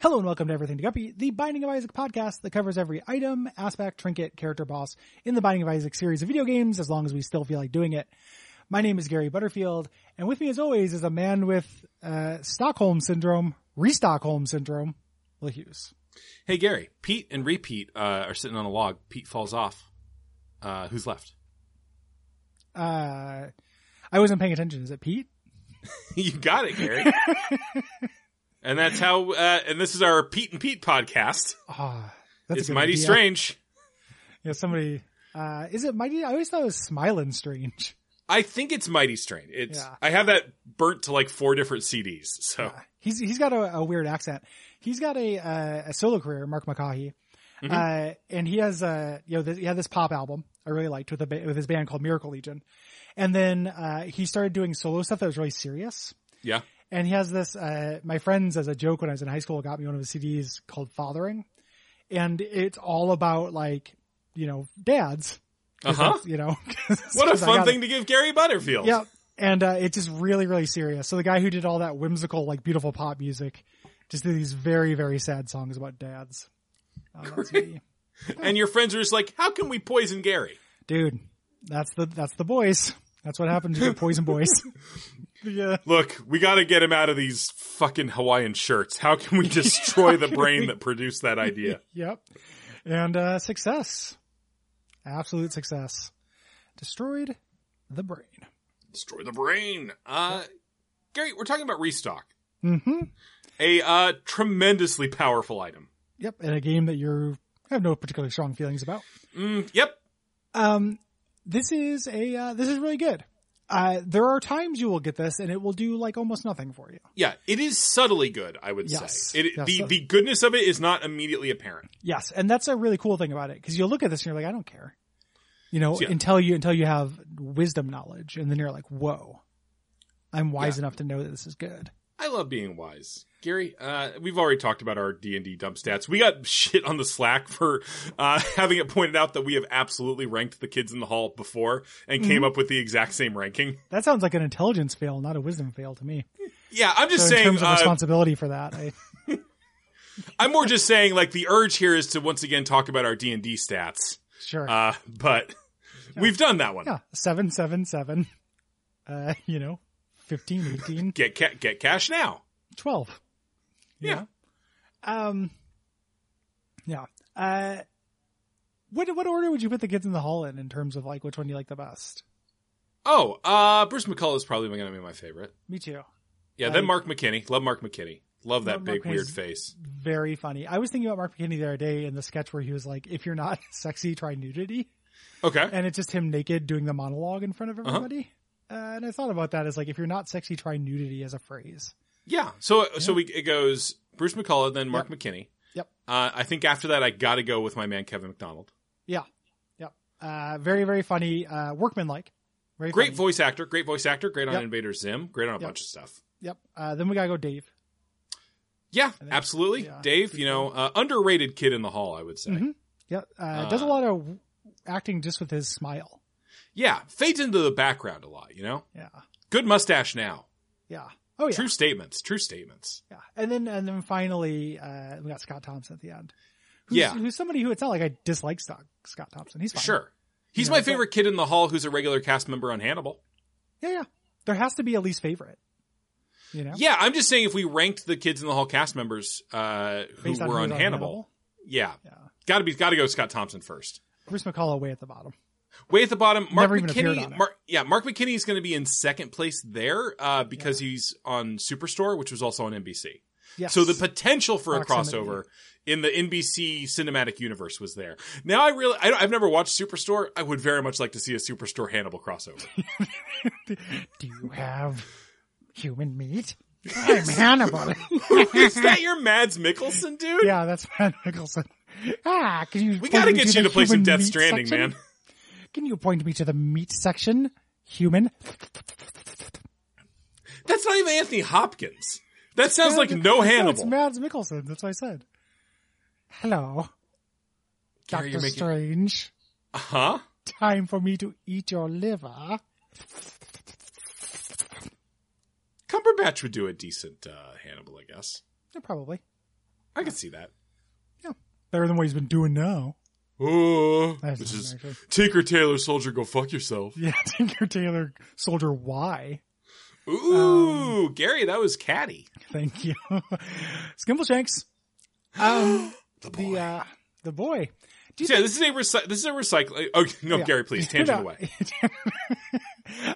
Hello and welcome to Everything to Guppy, the Binding of Isaac podcast that covers every item, aspect, trinket, character boss in the Binding of Isaac series of video games, as long as we still feel like doing it. My name is Gary Butterfield, and with me as always is a man with uh, Stockholm syndrome, re-Stockholm syndrome, Will Hughes. Hey Gary, Pete and Repeat uh, are sitting on a log. Pete falls off. Uh, who's left? Uh, I wasn't paying attention. Is it Pete? you got it, Gary. and that's how. Uh, and this is our Pete and Pete podcast. Ah, that's a it's good mighty idea. strange. Yeah, somebody. Uh, is it mighty? I always thought it was smiling strange. I think it's mighty strange. It's. Yeah. I have that burnt to like four different CDs. So He's he's got a, a weird accent. He's got a uh, a solo career, Mark McCaughey, Mm-hmm. uh, and he has uh you know this, he had this pop album I really liked with a ba- with his band called Miracle Legion, and then uh, he started doing solo stuff that was really serious. yeah, And he has this. Uh, my friends, as a joke, when I was in high school, got me one of his CDs called Fathering, and it's all about like you know dads. 'Cause Uh-huh. that's, You know, 'cause- what a 'cause I fun got it. thing to give Gary Butterfield. Yep. And uh, it's just really, really serious. So the guy who did all that whimsical, like beautiful pop music, just did these very, very sad songs about dads. Uh, on that CD. And your friends are just like, how can we poison Gary? Dude, that's the that's the boys. That's what happened to the Poison Boys. yeah. Look, we got to get him out of these fucking Hawaiian shirts. How can we destroy the brain that produced that idea? Yep. And uh, success, absolute success, destroyed the brain. destroy the brain. Uh, Gary, we're talking about restock, Mm-hmm. a uh, tremendously powerful item. Yep. In a game that you have no particularly strong feelings about. Mm, yep. um, this is a uh, this is really good. Uh, there are times you will get this, and it will do like almost nothing for you. Yeah, it is subtly good. I would Yes. say it, Yes, the so- the goodness of it is not immediately apparent. Yes, and that's a really cool thing about it because you'll look at this and you're like, I don't care, you know, Yeah. until you until you have wisdom knowledge, and then you're like, whoa, I'm wise enough to know that this is good. I love being wise, Gary. Uh, we've already talked about our D and D dump stats. We got shit on the Slack for uh, having it pointed out that we have absolutely ranked the kids in the hall before and Mm-hmm. came up with the exact same ranking. That sounds like an intelligence fail, not a wisdom fail to me. Yeah, I'm just So in saying. terms of uh, responsibility for that, I, I'm more just saying like the urge here is to once again talk about our D and D stats. sure, Uh, but we've done that one. yeah, seven, seven, seven, uh, you know, 15, 18, Get ca- get cash now. 12. Yeah. Um, yeah. Uh, what what order would you put the kids in the hall in in terms of like which one you like the best? Oh, uh, Bruce McCullough is probably going to be my favorite. Me too. Yeah, Like- then Mark McKinney. Love Mark McKinney. Love Mark that big McKinney's- weird face. Very funny. I was thinking about Mark McKinney the other day in the sketch where he was like, "If you're not sexy, try nudity," Okay. and it's just him naked doing the monologue in front of Uh-huh. everybody. uh and I thought about that as like, if you're not sexy, try nudity as a phrase. Yeah. So so we it goes Bruce McCullough, then Mark McKinney. Yep. Uh, I think after that I got to go with my man Kevin McDonald. Uh, very very funny. Uh, workmanlike. Very Great funny. voice actor. Great voice actor. Great on Yep. Invader Zim. Great on a Yep. bunch of stuff. Yep. Uh, then we gotta go, Dave. Yeah, then- absolutely. yeah, Dave, you know, uh, underrated kid in the hall, I would say. Mhm. Yep. Uh, does a Uh, lot of w- acting just with his smile. Yeah, fades into the background a lot, you know? Yeah. Good mustache now. Yeah. Oh yeah. True statements. True statements. Yeah. And then and then finally uh we got Scott Thompson at the end. Who's, Yeah. Who's somebody who it's not like I dislike Scott, Scott Thompson. He's fine. Sure. He's You know, my but- favorite kid in the hall who's a regular cast member on Hannibal. Yeah, yeah. There has to be a least favorite. You know? Yeah, I'm just saying if we ranked the kids in the hall cast members uh, who Based on were who's on, Hannibal, yeah, Yeah. gotta be gotta go Scott Thompson first. Bruce McCullough way at the bottom. Way at the bottom, Mark Never even appeared on McKinney. it. Mark, yeah, Mark McKinney is going to be in second place there uh, because he's on Superstore, which was also on NBC. Yes. So the potential for a Proximity. crossover in the NBC cinematic universe was there. Now I really, I, don't- I've never watched Superstore. I would very much like to see a Superstore Hannibal crossover. Do you have human meat? I'm Hannibal. Is that your Mads Mikkelsen, dude? yeah, that's Matt Nicholson. Ah, can you We point gotta me get the you to play some human Death meat Stranding, section? man. Can you point me to the meat section? Human. That's not even Anthony Hopkins. That sounds like no It's Hannibal. Mads Mikkelsen. That's what I said. Hello, Gary, Doctor you're making- Strange. huh? Time for me to eat your liver. Cumberbatch would do a decent uh, Hannibal, I guess. Yeah, probably. I can see that. Better than what he's been doing now. Ooh, That's Uh, which not is actually- Tinker Taylor Soldier, go fuck yourself. Yeah, Tinker Taylor Soldier Y. Ooh, Um, Gary, that was catty. Thank you. Skimble Shanks. Um, The boy. the, uh, the boy. Do you yeah, this is a recy- this is a recycling. Oh no, Yeah. Gary, please tangent away.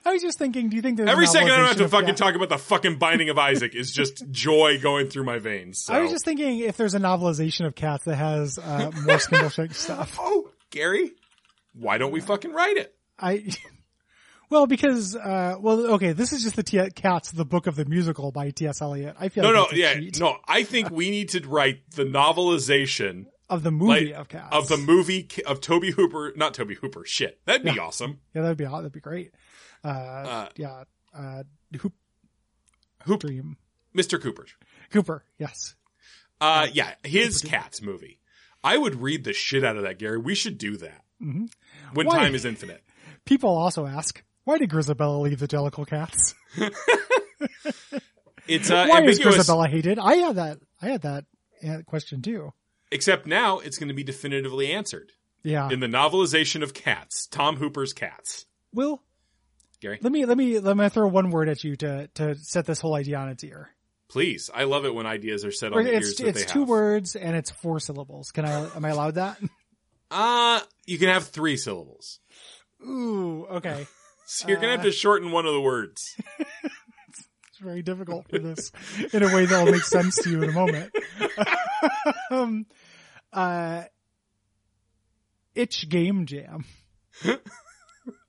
I was just thinking, do you think there's Every an second I don't have novelization to of fucking Ga- talk about the fucking binding of Isaac is just joy going through my veins. I was so. just thinking if there's a novelization of cats that has uh, more Skimble Shanks stuff. oh, Gary, why don't we fucking write it? I, well, because uh, well, okay, this is just the T- Cats, the book of the musical by T.S. Eliot. I feel No, like no, that's a yeah, cheat no. I think we need to write the novelization of the movie like, of cats of the movie K- of Toby Hooper, not Toby Hooper. Shit, that'd be Yeah. awesome. yeah, that'd be aw- that'd be great. Uh, Uh, yeah, uh, Hoop Hoop- Dream Mr. Cooper. Cooper, yes, Uh, yeah, his Cooper. Cats movie. I would read the shit out of that, Gary. We should do that hmm when Why? time is infinite. People also ask why did Grisabella leave the Jellicle cats? It's uh, why is ambiguous. Grisabella hated? I had that. I had that uh, question too. Except now it's going to be definitively answered Yeah. in the novelization of Cats, Tom Hooper's Cats. Will Gary? Let me let me let me throw one word at you to to set this whole idea on its ear. Please, I love it when ideas are set on the ears It's that it's they two have. words and it's four syllables. Can I am I allowed that? Uh, you can have three syllables. Ooh, okay. So you're gonna have Uh. to shorten one of the words. It's very difficult for this in a way that'll make sense to you in a moment. um, uh, itch game jam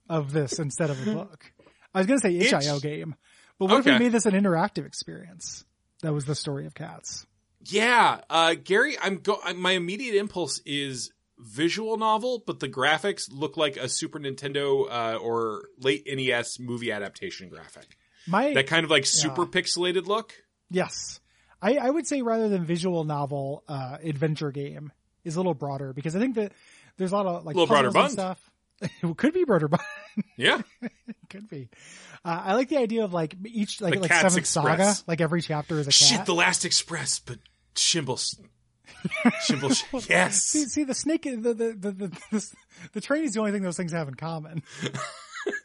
of this instead of a book. I was going to say Itch- itch.io game, but what if Okay. we made this an interactive experience? That was the story of cats. yeah, uh, Gary, I'm go. I, my immediate impulse is visual novel, but the graphics look like a Super Nintendo uh, or late NES movie adaptation graphic. My That kind of like super pixelated look. Yes. I, I would say rather than visual novel, uh, adventure game is a little broader because I think that there's a lot of like Little broader puzzles and stuff. It could be broader bun. Yeah, It could be. Uh, I like the idea of like each like The like Cat's Seventh Saga. Express. Like every chapter is a cat. shit, the Last Express, but Shimbles. Shimbles. yes. see, see the snake. The the the the, the, the train is the only thing those things have in common.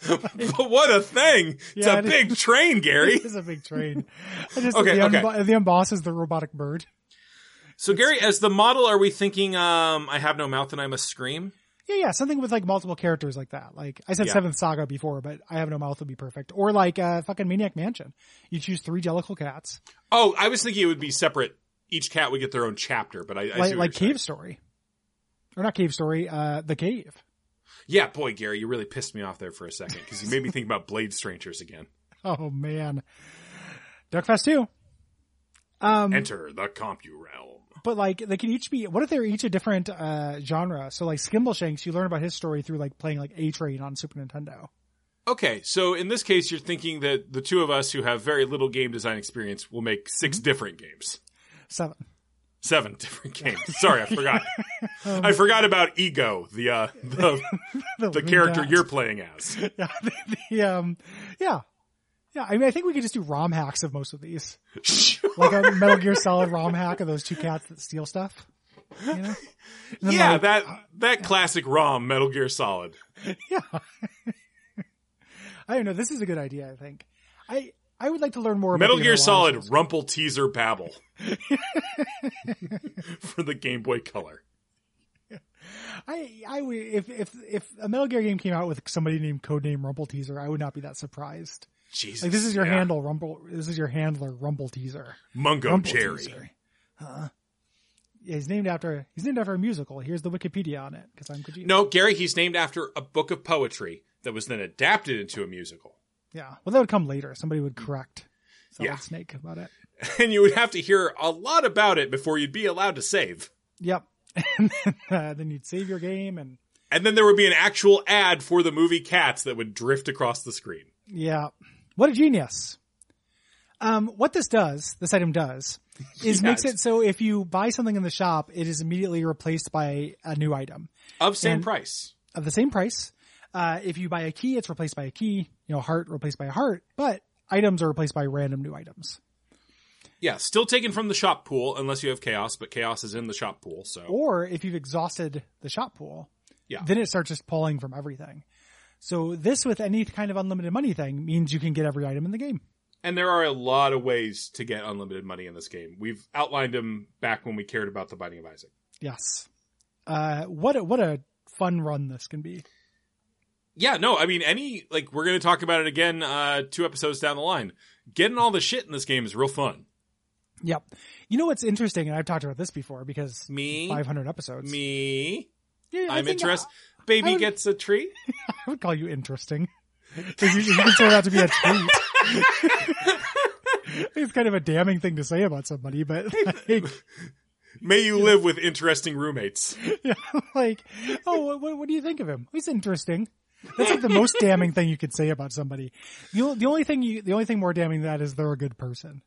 but what a thing! It's Yeah, a it is. big train, Gary. It is a big train. I just, Okay, the, okay. unbo- the unboss is the robotic bird. So, Gary, as the model, are we thinking um, "I have no mouth and I must scream"? Yeah, yeah, something with like multiple characters like that. Like I said, Yeah. Seventh Saga before, but I have no mouth would be perfect. Or like uh, fucking Maniac Mansion. You choose three Jellicle cats, Oh, I was thinking it would be separate. Each cat would get their own chapter, but I, I see like what like you're Cave Story, or not Cave Story, uh, the Cave. saying. Yeah, boy, Gary, you really pissed me off there for a second because you made me think about Blade Strangers again. Oh man, Duckfest two. Um, Enter the compu realm. but like they can each be. What if they're each a different uh genre? So like Skimbleshanks, you learn about his story through like playing like A Train on Super Nintendo. Okay, so in this case, you're thinking that the two of us who have very little game design experience will make 6 Mm-hmm. different games, Seven. seven different games. Sorry, I forgot. Um, I forgot about Ego, the uh, the, the Living character Cat. you're playing as. yeah, the, the, um, yeah, yeah. I mean, I think we could just do ROM hacks of most of these, like a Metal Gear Solid ROM hack of those two cats that steal stuff. You know? And then, yeah, like, uh, that that classic ROM, Metal Gear Solid. yeah. I don't know. This is a good idea. I think. I I would like to learn more. Metal about the Gear other Solid lives. Rumple Teaser Babble for the Game Boy Color. I I would if if if a Metal Gear game came out with somebody named codename Rumble Teaser, I would not be that surprised. Jesus, Like this is your yeah. handle Rumble. This is your handler Rumble Teaser. Mungo Rumble Jerry. Teaser. Huh. Yeah, he's named after he's named after a musical. Here's the Wikipedia on it because I'm Kojima. No, Gary, he's named after a book of poetry that was then adapted into a musical. Yeah. Well, that would come later. Somebody would correct Solid Yeah. Snake about it. And you would have to hear a lot about it before you'd be allowed to save. Yep. And then, uh, then you'd save your game and And then there would be an actual ad for the movie Cats that would drift across the screen. yeah. What a genius. Um, what this does, this item does, is Yes. makes it so if you buy something in the shop, it is immediately replaced by a new item Of same And- price. of the same price. Uh, if you buy a key, it's replaced by a key, you know, heart replaced by a heart, but items are replaced by random new items. Yeah, still taken from the shop pool unless you have chaos, but chaos is in the shop pool. So Or if you've exhausted the shop pool, Oh. Yeah. then it starts just pulling from everything. So this with any kind of unlimited money thing means you can get every item in the game. and there are a lot of ways to get unlimited money in this game. We've outlined them back when we cared about the Binding of Isaac. Yes. Uh, what a, what a fun run this can be. Yeah, no, I mean any like we're going to talk about it again uh two episodes down the line. Getting all the shit in this game is real fun. Yep. You know what's interesting, and I've talked about this before because Me 500 episodes. me Yeah, I I'm think interested. Baby I would- gets a treat. I, I would call you interesting. If you, if you consider that to be a treat. it's kind of a damning thing to say about somebody, but like, May you live with interesting roommates. like, oh, what- what, what do you think of him? He's interesting. That's like the most damning thing you could say about somebody. The, o- the only thing you, the only thing more damning than that is they're a good person.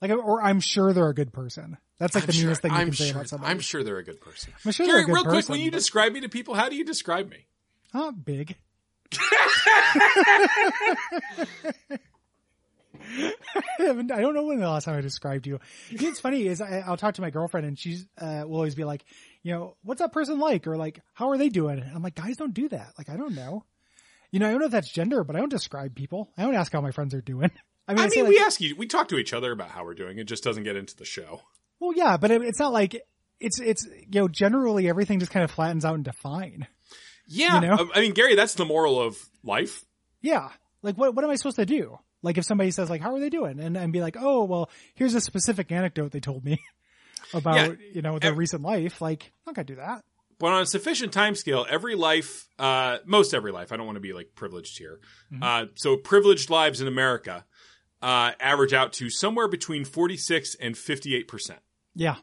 Like, or I'm sure they're a good person. That's like the meanest thing you I'm can say sure, about somebody. I'm sure they're a good person. I'm sure they're Gary, a good real quick, person, when you but- describe me to people, how do you describe me? Huh, Oh, big. I haven't- I don't know when the last time I described you. You know, It's funny is I, I'll talk to my girlfriend and she's uh, will always be like, you know, what's that person like, or like, how are they doing? And I'm like, guys don't do that. Like, I don't know. You know, I don't know if that's gender, but I don't describe people. I don't ask how my friends are doing. I mean, I I say, mean, like, we ask you, we talk to each other about how we're doing. It just doesn't get into the show. well, yeah, but it, it's not like it's it's you know generally everything just kind of flattens out into fine. Yeah, You know? I- I mean, Gary, that's the moral of life. Yeah. Like what what am I supposed to do? Like if somebody says like how are they doing? And and be like, "Oh, well, here's a specific anecdote they told me about, you know, their Ev- recent life." Like, I'm not going to do that. But on a sufficient time scale, every life, uh, most every life, I don't want to be like privileged here. Mhm. Uh, so privileged lives in America uh, average out to somewhere between 46 and 58 percent. Yeah.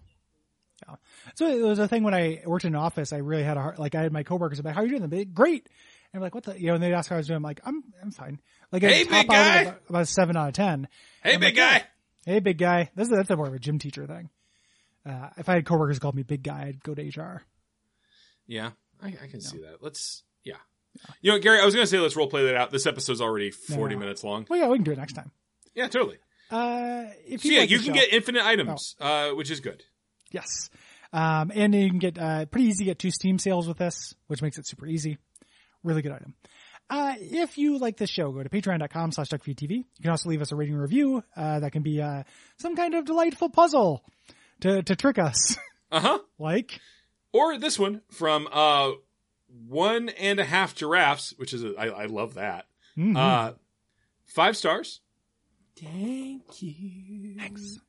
Yeah. So it was a thing when I worked in an office, I really had a hard, like I had my coworkers be like, "How are you doing?" They'd be like, "Great." And I'm like, "What the?" You know, and they'd ask how I was doing. I'm like, "I'm I'm fine." Like Hey, I top big out at guy! about, about a 7 out of 10. Hey, I'm big like, guy. Hey, big guy. This is that's more of a gym teacher thing. Uh, if I had coworkers who called me big guy, I'd go to HR. Yeah, I, I can see that. Let's, yeah. You know, Gary, I was going to say let's role play that out. This episode's already 40 no. minutes long. Well, yeah, we can do it next time. Yeah, totally. Uh, if So you yeah, like you the can show- Oh. get infinite items, uh, which is good. yes, um, and you can get uh, pretty easy to get two Steam sales with this, which makes it super easy. Really good item. Uh, if you like this show, go to patreon.com slash duckfeedtv. You can also leave us a rating and review. Uh, that can be, uh, some kind of delightful puzzle to, to trick us. Uh huh. like, Or this one from uh, one and a half giraffes, which is a, I, I love that. mhm. Uh, five stars. Thank you. Thanks.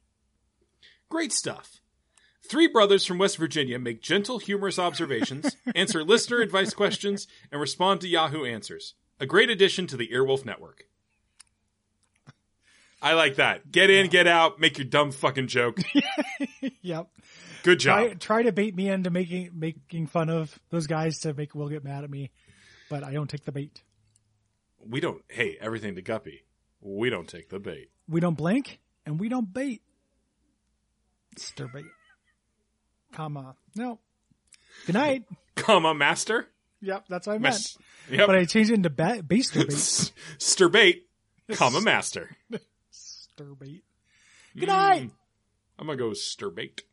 Great stuff. Three brothers from West Virginia make gentle, humorous observations, answer listener advice questions, and respond to Yahoo Answers. A great addition to the Earwolf Network. I like that. Get in, get out, make your dumb fucking joke. yep. Good Try, job. try to bait me into making, making fun of those guys to make Will get mad at me, but I don't take the bait. We don't, hey, everything to Guppy. We don't take the bait. We don't blink and we don't bait. Stir bait. Comma. No. Good night. Comma, master? Yep, that's what I meant. Mas- But yep. I changed it into ba- baster bait. Stir bait, comma, master. Stir bait. Good night. I'm going to go with stir bait.